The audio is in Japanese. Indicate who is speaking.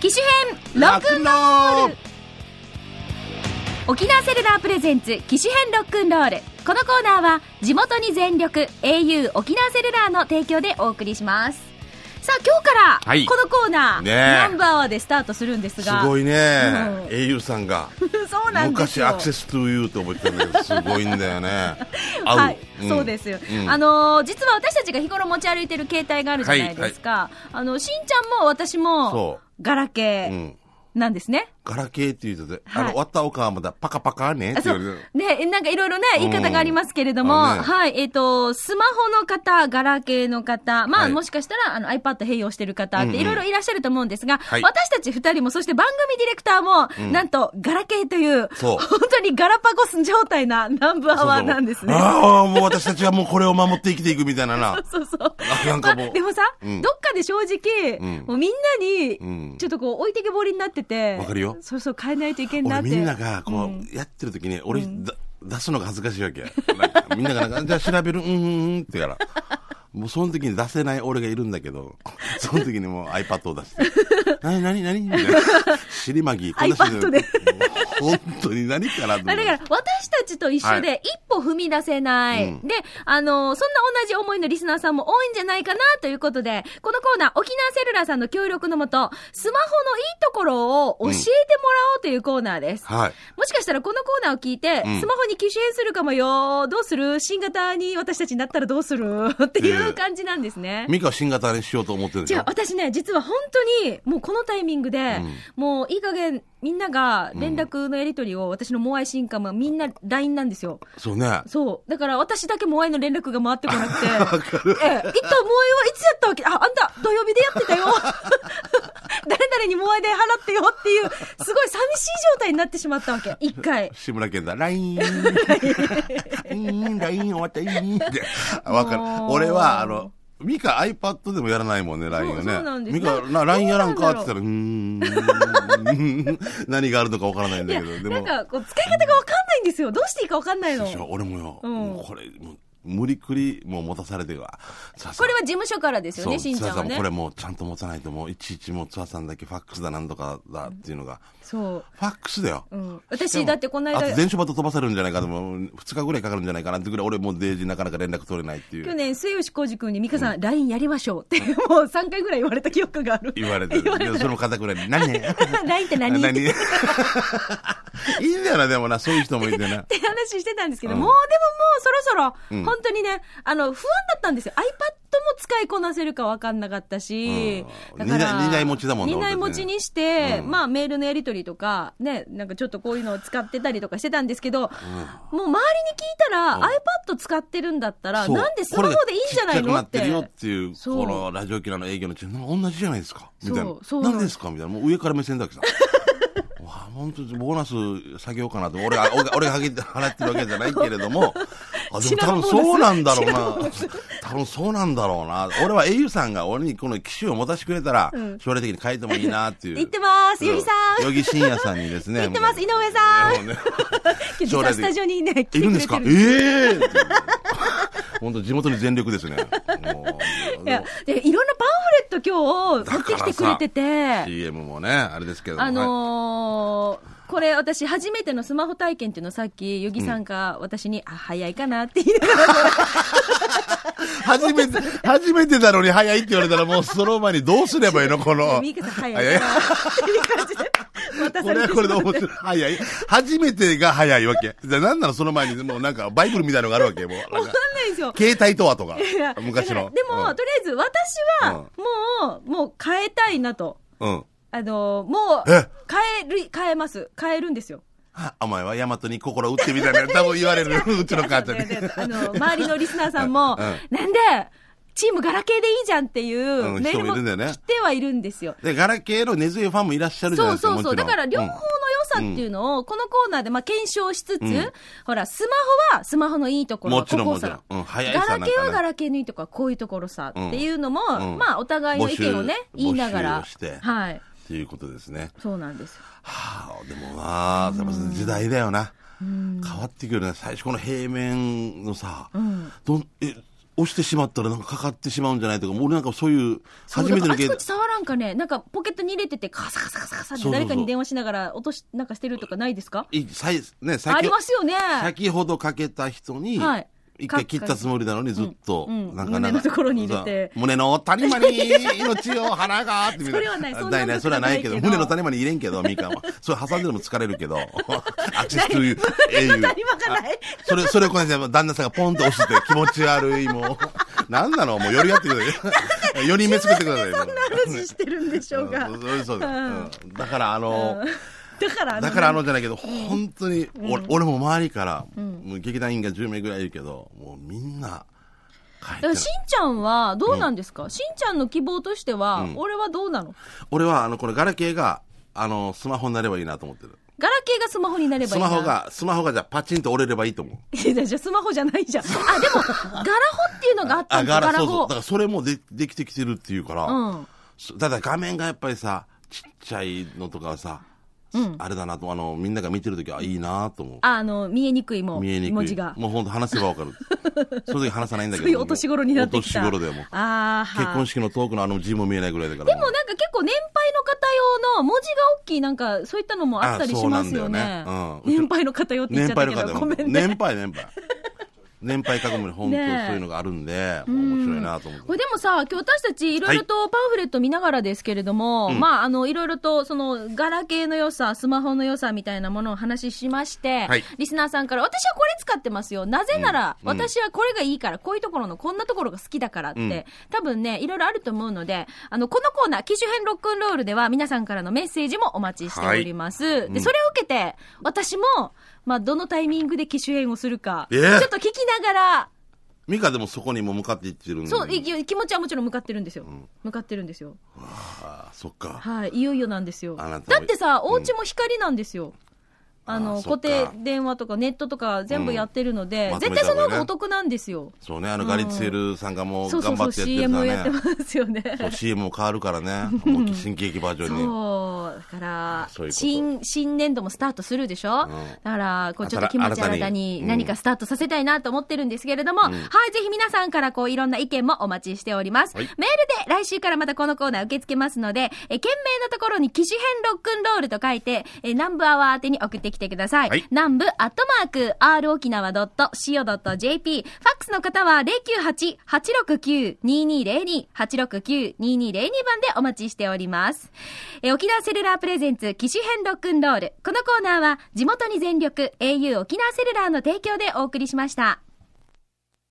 Speaker 1: 機種編ロックンロール沖縄セルラープレゼンツ機種編ロックンロールこのコーナーは地元に全力 au 沖縄セルラーの提供でお送りしますさあ今日か
Speaker 2: は
Speaker 1: ら
Speaker 2: い
Speaker 1: このコーナー、
Speaker 2: ねえ
Speaker 1: ナンバーワンでスタートするんです
Speaker 2: す
Speaker 1: が
Speaker 2: ごい
Speaker 1: う
Speaker 2: ね、
Speaker 1: ん
Speaker 2: au さんが
Speaker 1: そうなんです
Speaker 2: 昔
Speaker 1: よ
Speaker 2: アクセストゥーユーって覚えてたんだけどすごいんだよね合う、
Speaker 1: はい、
Speaker 2: ん
Speaker 1: そうですよ、
Speaker 2: うん
Speaker 1: あのー実は私たちが日頃持ち歩いてる携帯があるじゃないですか、あのしんちゃんも私も
Speaker 2: そ
Speaker 1: ガラ
Speaker 2: う、
Speaker 1: ケ
Speaker 2: う
Speaker 1: ー
Speaker 2: ん、
Speaker 1: なんですね、
Speaker 2: ガラケーって言うとね、
Speaker 1: はい
Speaker 2: あの、わったおかはまだパカパカねっ
Speaker 1: あ
Speaker 2: て
Speaker 1: そ
Speaker 2: 言われ
Speaker 1: う
Speaker 2: る。
Speaker 1: ね、なんかいろいろね、言い方がありますけれども、
Speaker 2: うんあね
Speaker 1: はい、えっ、と、スマホの方、ガラケーの方、まあ、
Speaker 2: はい
Speaker 1: もしかしたら、あの、iPad 併用してる方っ
Speaker 2: うん
Speaker 1: て
Speaker 2: うん
Speaker 1: いろいろいらっしゃると思うんですが、
Speaker 2: はい
Speaker 1: 私たち二人も、そして番組ディレクターも、
Speaker 2: うん
Speaker 1: なんと、ガラケーという、
Speaker 2: そう
Speaker 1: 本当にガラパゴス状態なナンバーワンなんですね。
Speaker 2: ああ、もう私たちはもうこれを守って生きていくみたいなな。
Speaker 1: そうそう。
Speaker 2: あなんかもう
Speaker 1: まあでもさ、
Speaker 2: うん
Speaker 1: どっかで正直、
Speaker 2: うん
Speaker 1: もうみん
Speaker 2: う
Speaker 1: なに、
Speaker 2: ん
Speaker 1: ちょっとこう置いてけぼりになってて。
Speaker 2: わかるよ
Speaker 1: そうそう、変えないといけんな
Speaker 2: 俺
Speaker 1: って。
Speaker 2: みんながこ
Speaker 1: うん
Speaker 2: う、やってる時に、俺、だ出すのが恥ずかしいわけ。なんかみんながなんか、 じゃあ調べる、うんうんうんってから。もうその時に出せない俺がいるんだけど、 その時にもう iPad を出して。 何何何みたいな。尻まぎ、こんな尻
Speaker 1: iPad で
Speaker 2: もう本当に何から
Speaker 1: あだから、私たちと一緒
Speaker 2: は
Speaker 1: で、一歩踏み出せない。
Speaker 2: うん
Speaker 1: で、あの、そんな同じ思いのリスナーさんも多いんじゃないかな、ということで、このコーナー、沖縄セルラーさんの協力のもと、スマホのいいところを教えてもらおうというコーナーです。
Speaker 2: はい。
Speaker 1: もしかしたらこのコーナーを聞いて、
Speaker 2: うん
Speaker 1: スマホに機種変するかもよ、どうする新型に私たちになったらどうするっていう感じなんですね。
Speaker 2: ミカは新型にしようと思ってるで
Speaker 1: じ
Speaker 2: し
Speaker 1: ゃ
Speaker 2: ょ
Speaker 1: あ。私ね、実は本当に、もうこのタイミングで、
Speaker 2: うん
Speaker 1: もういい加減、みんなが連絡のやり取りを、私のモアイ進化もみんな LINE なんですよ。
Speaker 2: そうね。
Speaker 1: そう。だから私だけモアイの連絡が回ってこな くて。ええ、一旦モアイはいつやったわけあ、あんた土曜日でやってた よ。誰々にモアイで払ってよっていう、すごい寂しい状態になってしまったわけ。一回。
Speaker 2: 志村けんだ、ライン、ライン、ライン終わった、いいって。あわかる
Speaker 1: も。う
Speaker 2: 俺は、あの、ミカ iPad でもやらないもんね、ラインをね。
Speaker 1: そうなんです
Speaker 2: ミカ、
Speaker 1: な
Speaker 2: な、ラインやらんかって言っ
Speaker 1: ど
Speaker 2: た
Speaker 1: う
Speaker 2: ら、うーん。 何があるのかわからないん
Speaker 1: い
Speaker 2: だ
Speaker 1: や、
Speaker 2: けど、
Speaker 1: なんかこう、使い方がわかんないんですよ。どうしていいかわかんないの。
Speaker 2: でし
Speaker 1: こ
Speaker 2: ょ俺もよ、
Speaker 1: うん
Speaker 2: もうこれ、もう無理くり、もう持たされてるわ。さあさあ
Speaker 1: れは事務所からですよ
Speaker 2: そう、
Speaker 1: ね、しんちゃん
Speaker 2: さ
Speaker 1: は
Speaker 2: んも
Speaker 1: ね
Speaker 2: こ。れもうちゃんと持たないと、もういちいちもうツアーさんだけファックスだなんとかだっていうのが、
Speaker 1: そう。
Speaker 2: ファックスだよ。
Speaker 1: うん。
Speaker 2: で
Speaker 1: 私、
Speaker 2: も
Speaker 1: だってこの
Speaker 2: あと
Speaker 1: 間、
Speaker 2: 電書バト飛ばされるんじゃないかともう2日ぐらいかかるんじゃないかなってぐらい俺もうデージなかなか連絡取れないってい
Speaker 1: 去
Speaker 2: う
Speaker 1: 年、末吉浩二君に、美香さん、LINE やりましょうって、もう3回ぐらい言われた記憶がある。
Speaker 2: 言われてる
Speaker 1: 言われ
Speaker 2: でそれも肩ぐらいに何ね
Speaker 1: LINE って何
Speaker 2: 何いいんだよなでもなそういう人もいてな
Speaker 1: って話してたんですけど、
Speaker 2: うん
Speaker 1: もうでももうそろそ
Speaker 2: うん
Speaker 1: ろ、本当にね、あの、不安だったんですよ。iPad も使いこなせるか分かんなかったし、
Speaker 2: うん二台二台持ちだもんね
Speaker 1: 二台持ちにして、
Speaker 2: うん
Speaker 1: まあメールのやり取りとか、ね、なんかちょっとこういうのを使ってたりとかしてたんですけど、もう周りに聞いたら、
Speaker 2: うん
Speaker 1: iPad 使ってるんだったら、
Speaker 2: そう
Speaker 1: なんでスマホでいいんじゃないのっ。
Speaker 2: これがちっちゃくなってるよってていう
Speaker 1: そう
Speaker 2: このラジオ機能の営業のチーム同じじゃないですかみたいな
Speaker 1: そうそうなん
Speaker 2: 何
Speaker 1: です
Speaker 2: ですかみたいなもう上から目 線だけさわあ本当にボーナス下げようかなと俺が俺が俺が払って払ってるわけじゃないけれ どもあでも多分そうなんだろうな多分そうなんだろうな俺は au さんが俺にこの機種を持たしてくれたら、
Speaker 1: うん
Speaker 2: 将来的に変えてもいいなっていう
Speaker 1: 言ってます、
Speaker 2: うん
Speaker 1: よぎさん。
Speaker 2: よぎ深也さんにですね
Speaker 1: 言ってます、井上さん。
Speaker 2: もうね
Speaker 1: 実
Speaker 2: 将
Speaker 1: は
Speaker 2: 来的に
Speaker 1: スタジオにね、来てくれて
Speaker 2: いるんですかええー、 本当地元に全力ですね。もう
Speaker 1: いや、で、いろんなパンフレット今日持ってきてくれてて、
Speaker 2: CM もね、あれですけども。
Speaker 1: あ
Speaker 2: はい
Speaker 1: のー、これ私初めてのスマホ体験っていうのをさっき、ゆぎさんが私に、あ、早いかなって言いながら、
Speaker 2: 初め て、初めてなのに早いって言われたらもうその前にどうすればいい のこの。
Speaker 1: ミーカさん
Speaker 2: あい
Speaker 1: 早
Speaker 2: や
Speaker 1: い
Speaker 2: い
Speaker 1: か
Speaker 2: や
Speaker 1: なっていう感じで渡
Speaker 2: こ
Speaker 1: さ
Speaker 2: れ
Speaker 1: れ
Speaker 2: は
Speaker 1: て
Speaker 2: こ
Speaker 1: し
Speaker 2: れで
Speaker 1: ま
Speaker 2: 面
Speaker 1: っ
Speaker 2: 白い。
Speaker 1: て。
Speaker 2: 早い。初めてが早いわけ。じゃあなんならその前にもうなんかバイブルみたいのがあるわけ。もうな
Speaker 1: わ
Speaker 2: ん
Speaker 1: かん
Speaker 2: か
Speaker 1: ないんですよ。
Speaker 2: 携帯とはとか
Speaker 1: いや。
Speaker 2: 昔
Speaker 1: だか
Speaker 2: の。
Speaker 1: らでも、とりあえず私は、もう、もう変えたいなと。
Speaker 2: うん、うん。
Speaker 1: あのー、もう、
Speaker 2: え
Speaker 1: 変える、変えます。変えるんですよ。
Speaker 2: お前はヤマトに心打ってみたいな多分 言われる。うちの母ちゃんに。
Speaker 1: あの、周りのリスナーさんも、
Speaker 2: うん
Speaker 1: なんで、チームガラケーでいいじゃんっていう
Speaker 2: うん
Speaker 1: メール
Speaker 2: 人もいるんだよ
Speaker 1: も
Speaker 2: ね
Speaker 1: 来てはいるんですよ。
Speaker 2: で、ガラケーの根強いファンもいらっしゃるじゃな
Speaker 1: そ
Speaker 2: いうです
Speaker 1: そ
Speaker 2: か。
Speaker 1: うそう。
Speaker 2: もち
Speaker 1: だ
Speaker 2: ろん
Speaker 1: から両方の良
Speaker 2: うん
Speaker 1: さっていうのを、このコーナーでまあ検証しつつ、
Speaker 2: ん
Speaker 1: ほら、スマホはスマホのいいところ、
Speaker 2: もちろん
Speaker 1: ここ
Speaker 2: もち
Speaker 1: さ
Speaker 2: ろん。。うん、早い
Speaker 1: ガ
Speaker 2: さ
Speaker 1: ラ
Speaker 2: なんか
Speaker 1: ケーはガ
Speaker 2: ね。
Speaker 1: ラケーのいいとこはこういうところさ
Speaker 2: うん
Speaker 1: っていうのも、
Speaker 2: うん
Speaker 1: まあお互いの意見をね
Speaker 2: 募集
Speaker 1: 言いながら
Speaker 2: 募集をして
Speaker 1: はい
Speaker 2: っていうことですね。
Speaker 1: そうなんですよ
Speaker 2: はあ、でもなあ、やっぱ時代だよな。変わってくるね。最初この平面のさ、
Speaker 1: ん
Speaker 2: どん、え、押してしまったらなんかかかってしまうんじゃないとか、もう俺なんかそういう、
Speaker 1: そう
Speaker 2: 初めて
Speaker 1: だからあ
Speaker 2: の
Speaker 1: ち
Speaker 2: 経
Speaker 1: こち触らんかね、なんかポケットに入れてて、カサカサカサカサって
Speaker 2: そうそうそう
Speaker 1: 誰かに電話しながら落とし、なんかしてるとかないですか
Speaker 2: いさいね、先
Speaker 1: ありますよね。
Speaker 2: 先ほどかけた人に、
Speaker 1: はい
Speaker 2: 一回切ったつもりなのにずっと、
Speaker 1: うんうん
Speaker 2: なんか
Speaker 1: 胸のところに入れて
Speaker 2: そう胸の谷間に命を花がってみたい な。
Speaker 1: それはないそんな
Speaker 2: ないない、それはないけど、
Speaker 1: ことないけど
Speaker 2: 胸の谷間に入れんけど、みかんは。それ挟んでるのも疲れる けど、アクセスという英雄。
Speaker 1: 当たり前がない。
Speaker 2: それ、それをこの間、旦那さんがポンと押して気持ち悪い、もう。なん なのもうよりやって ください。より目つけてください。
Speaker 1: そんな話してるんでしょうが。
Speaker 2: うんそうそうですうんだから、あの、
Speaker 1: だからあの、
Speaker 2: だからあのじゃないけど、本当に、俺俺も周りから、もう劇団員が10名ぐらいいるけど、もうみんな、
Speaker 1: だから
Speaker 2: 帰って
Speaker 1: し
Speaker 2: ない
Speaker 1: んちゃんはどうなんですか、しんちゃんの希望としては、俺はどうなの
Speaker 2: 俺は、あの、これ、ガラケーが、あの、スマホになればいいなと思ってる。
Speaker 1: ガラケーがスマホになれば
Speaker 2: ス
Speaker 1: いいな
Speaker 2: マホが、スマホがじゃあパチンと折れればいいと思う。
Speaker 1: いやじゃあスマホじゃないじゃん。あ、でも、ガラホっていうのがあったんですガラ
Speaker 2: そうそう。
Speaker 1: ホ
Speaker 2: だ。からそれもでできてきてるっていうから、
Speaker 1: うん
Speaker 2: そただ画面がやっぱりさ、ちっちゃいのとかさ、あれだなと、あの、みんなが見てるときは、いいなと思う。
Speaker 1: あの、見えにくいもん。
Speaker 2: 見えにくい。
Speaker 1: 文字が。
Speaker 2: もう本当話せば わかる。その時話さないんだけど。
Speaker 1: そういうお年頃になってきた。
Speaker 2: お年頃だよ、もう。
Speaker 1: ああ、
Speaker 2: 結婚式のトークのあの字も見えないぐらいだから。
Speaker 1: でもなんか結構年配の方用の文字が大きいなんかそういったのもあったりしますよね
Speaker 2: あそうなんだよね。うん
Speaker 1: 年配の方用って言っ
Speaker 2: 年
Speaker 1: ちゃっ
Speaker 2: 配
Speaker 1: たけ
Speaker 2: の
Speaker 1: ど、
Speaker 2: 方
Speaker 1: ごめんね。
Speaker 2: 年配、年配。年配かもに本当そう
Speaker 1: ねえ
Speaker 2: いうのがあるんで、もう面白いなと思って。
Speaker 1: これでもさ、今日私たちいろいろとパンフレット見ながらですけれども、まあ、あの、いろいろと、その、ガラケーの良さ、スマホの良さみたいなものをお話ししまして、
Speaker 2: はい
Speaker 1: リスナーさんから、私はこれ使ってますよ。なぜなら、私はこれがいいから、こういうところの、こんなところが好きだからって、
Speaker 2: ん
Speaker 1: 多分ね、いろいろあると思うので、あの、このコーナー、機種編ロックンロールでは、皆さんからのメッセージもお待ちしております。で、それを受けて、私も、まあ、どのタイミングで機種編をするか、
Speaker 2: え
Speaker 1: ちょ
Speaker 2: ー
Speaker 1: っと聞きながら、
Speaker 2: ミカでもそこにも向かっていってるんで。
Speaker 1: そう、いき気持ちはもちろん向かってるんですよ。向かってるんですよ。
Speaker 2: ああ、そっか。
Speaker 1: はい、いよいよなんですよ。
Speaker 2: あ
Speaker 1: だ
Speaker 2: なたも
Speaker 1: ってさ、お家も光なんですよ。あ
Speaker 2: あ
Speaker 1: の
Speaker 2: ーそ
Speaker 1: 固
Speaker 2: っか
Speaker 1: 定電話とかネットとか全部やってるので、
Speaker 2: うん
Speaker 1: 絶対その方が
Speaker 2: まとめた方がね
Speaker 1: お得なんですよ。
Speaker 2: そうね、あのガリツェルさんがもう
Speaker 1: そうそ
Speaker 2: 頑
Speaker 1: う
Speaker 2: 張
Speaker 1: そう、
Speaker 2: ってやって
Speaker 1: CM
Speaker 2: るか
Speaker 1: を
Speaker 2: ら
Speaker 1: やって
Speaker 2: ね。
Speaker 1: ますよね。
Speaker 2: そう CM も変わるからね。もう新喜劇バージョンに。
Speaker 1: そう、だから
Speaker 2: そういうこと
Speaker 1: 新、新年度もスタートするでしょ、だから、こうちょっと気持ち
Speaker 2: 新たに
Speaker 1: 新たに
Speaker 2: うん
Speaker 1: 何かスタートさせたいなと思ってるんですけれども、はい、ぜひ皆さんからこういろんな意見もお待ちしております。
Speaker 2: はい
Speaker 1: メールで来週からまたこのコーナー受け付けますので、え、件名のところに機種編ロックンロールと書いて、え、南部アワー宛てに送ってきてください。
Speaker 2: はい
Speaker 1: 南部アットマーク、r 沖縄 .co.jp。ファックスの方は098-869-2202、869-2202番でお待ちしております。えー沖縄セルラープレゼンツ、機種編ロックンロール。このコーナーは地元に全力、au 沖縄セルラーの提供でお送りしました。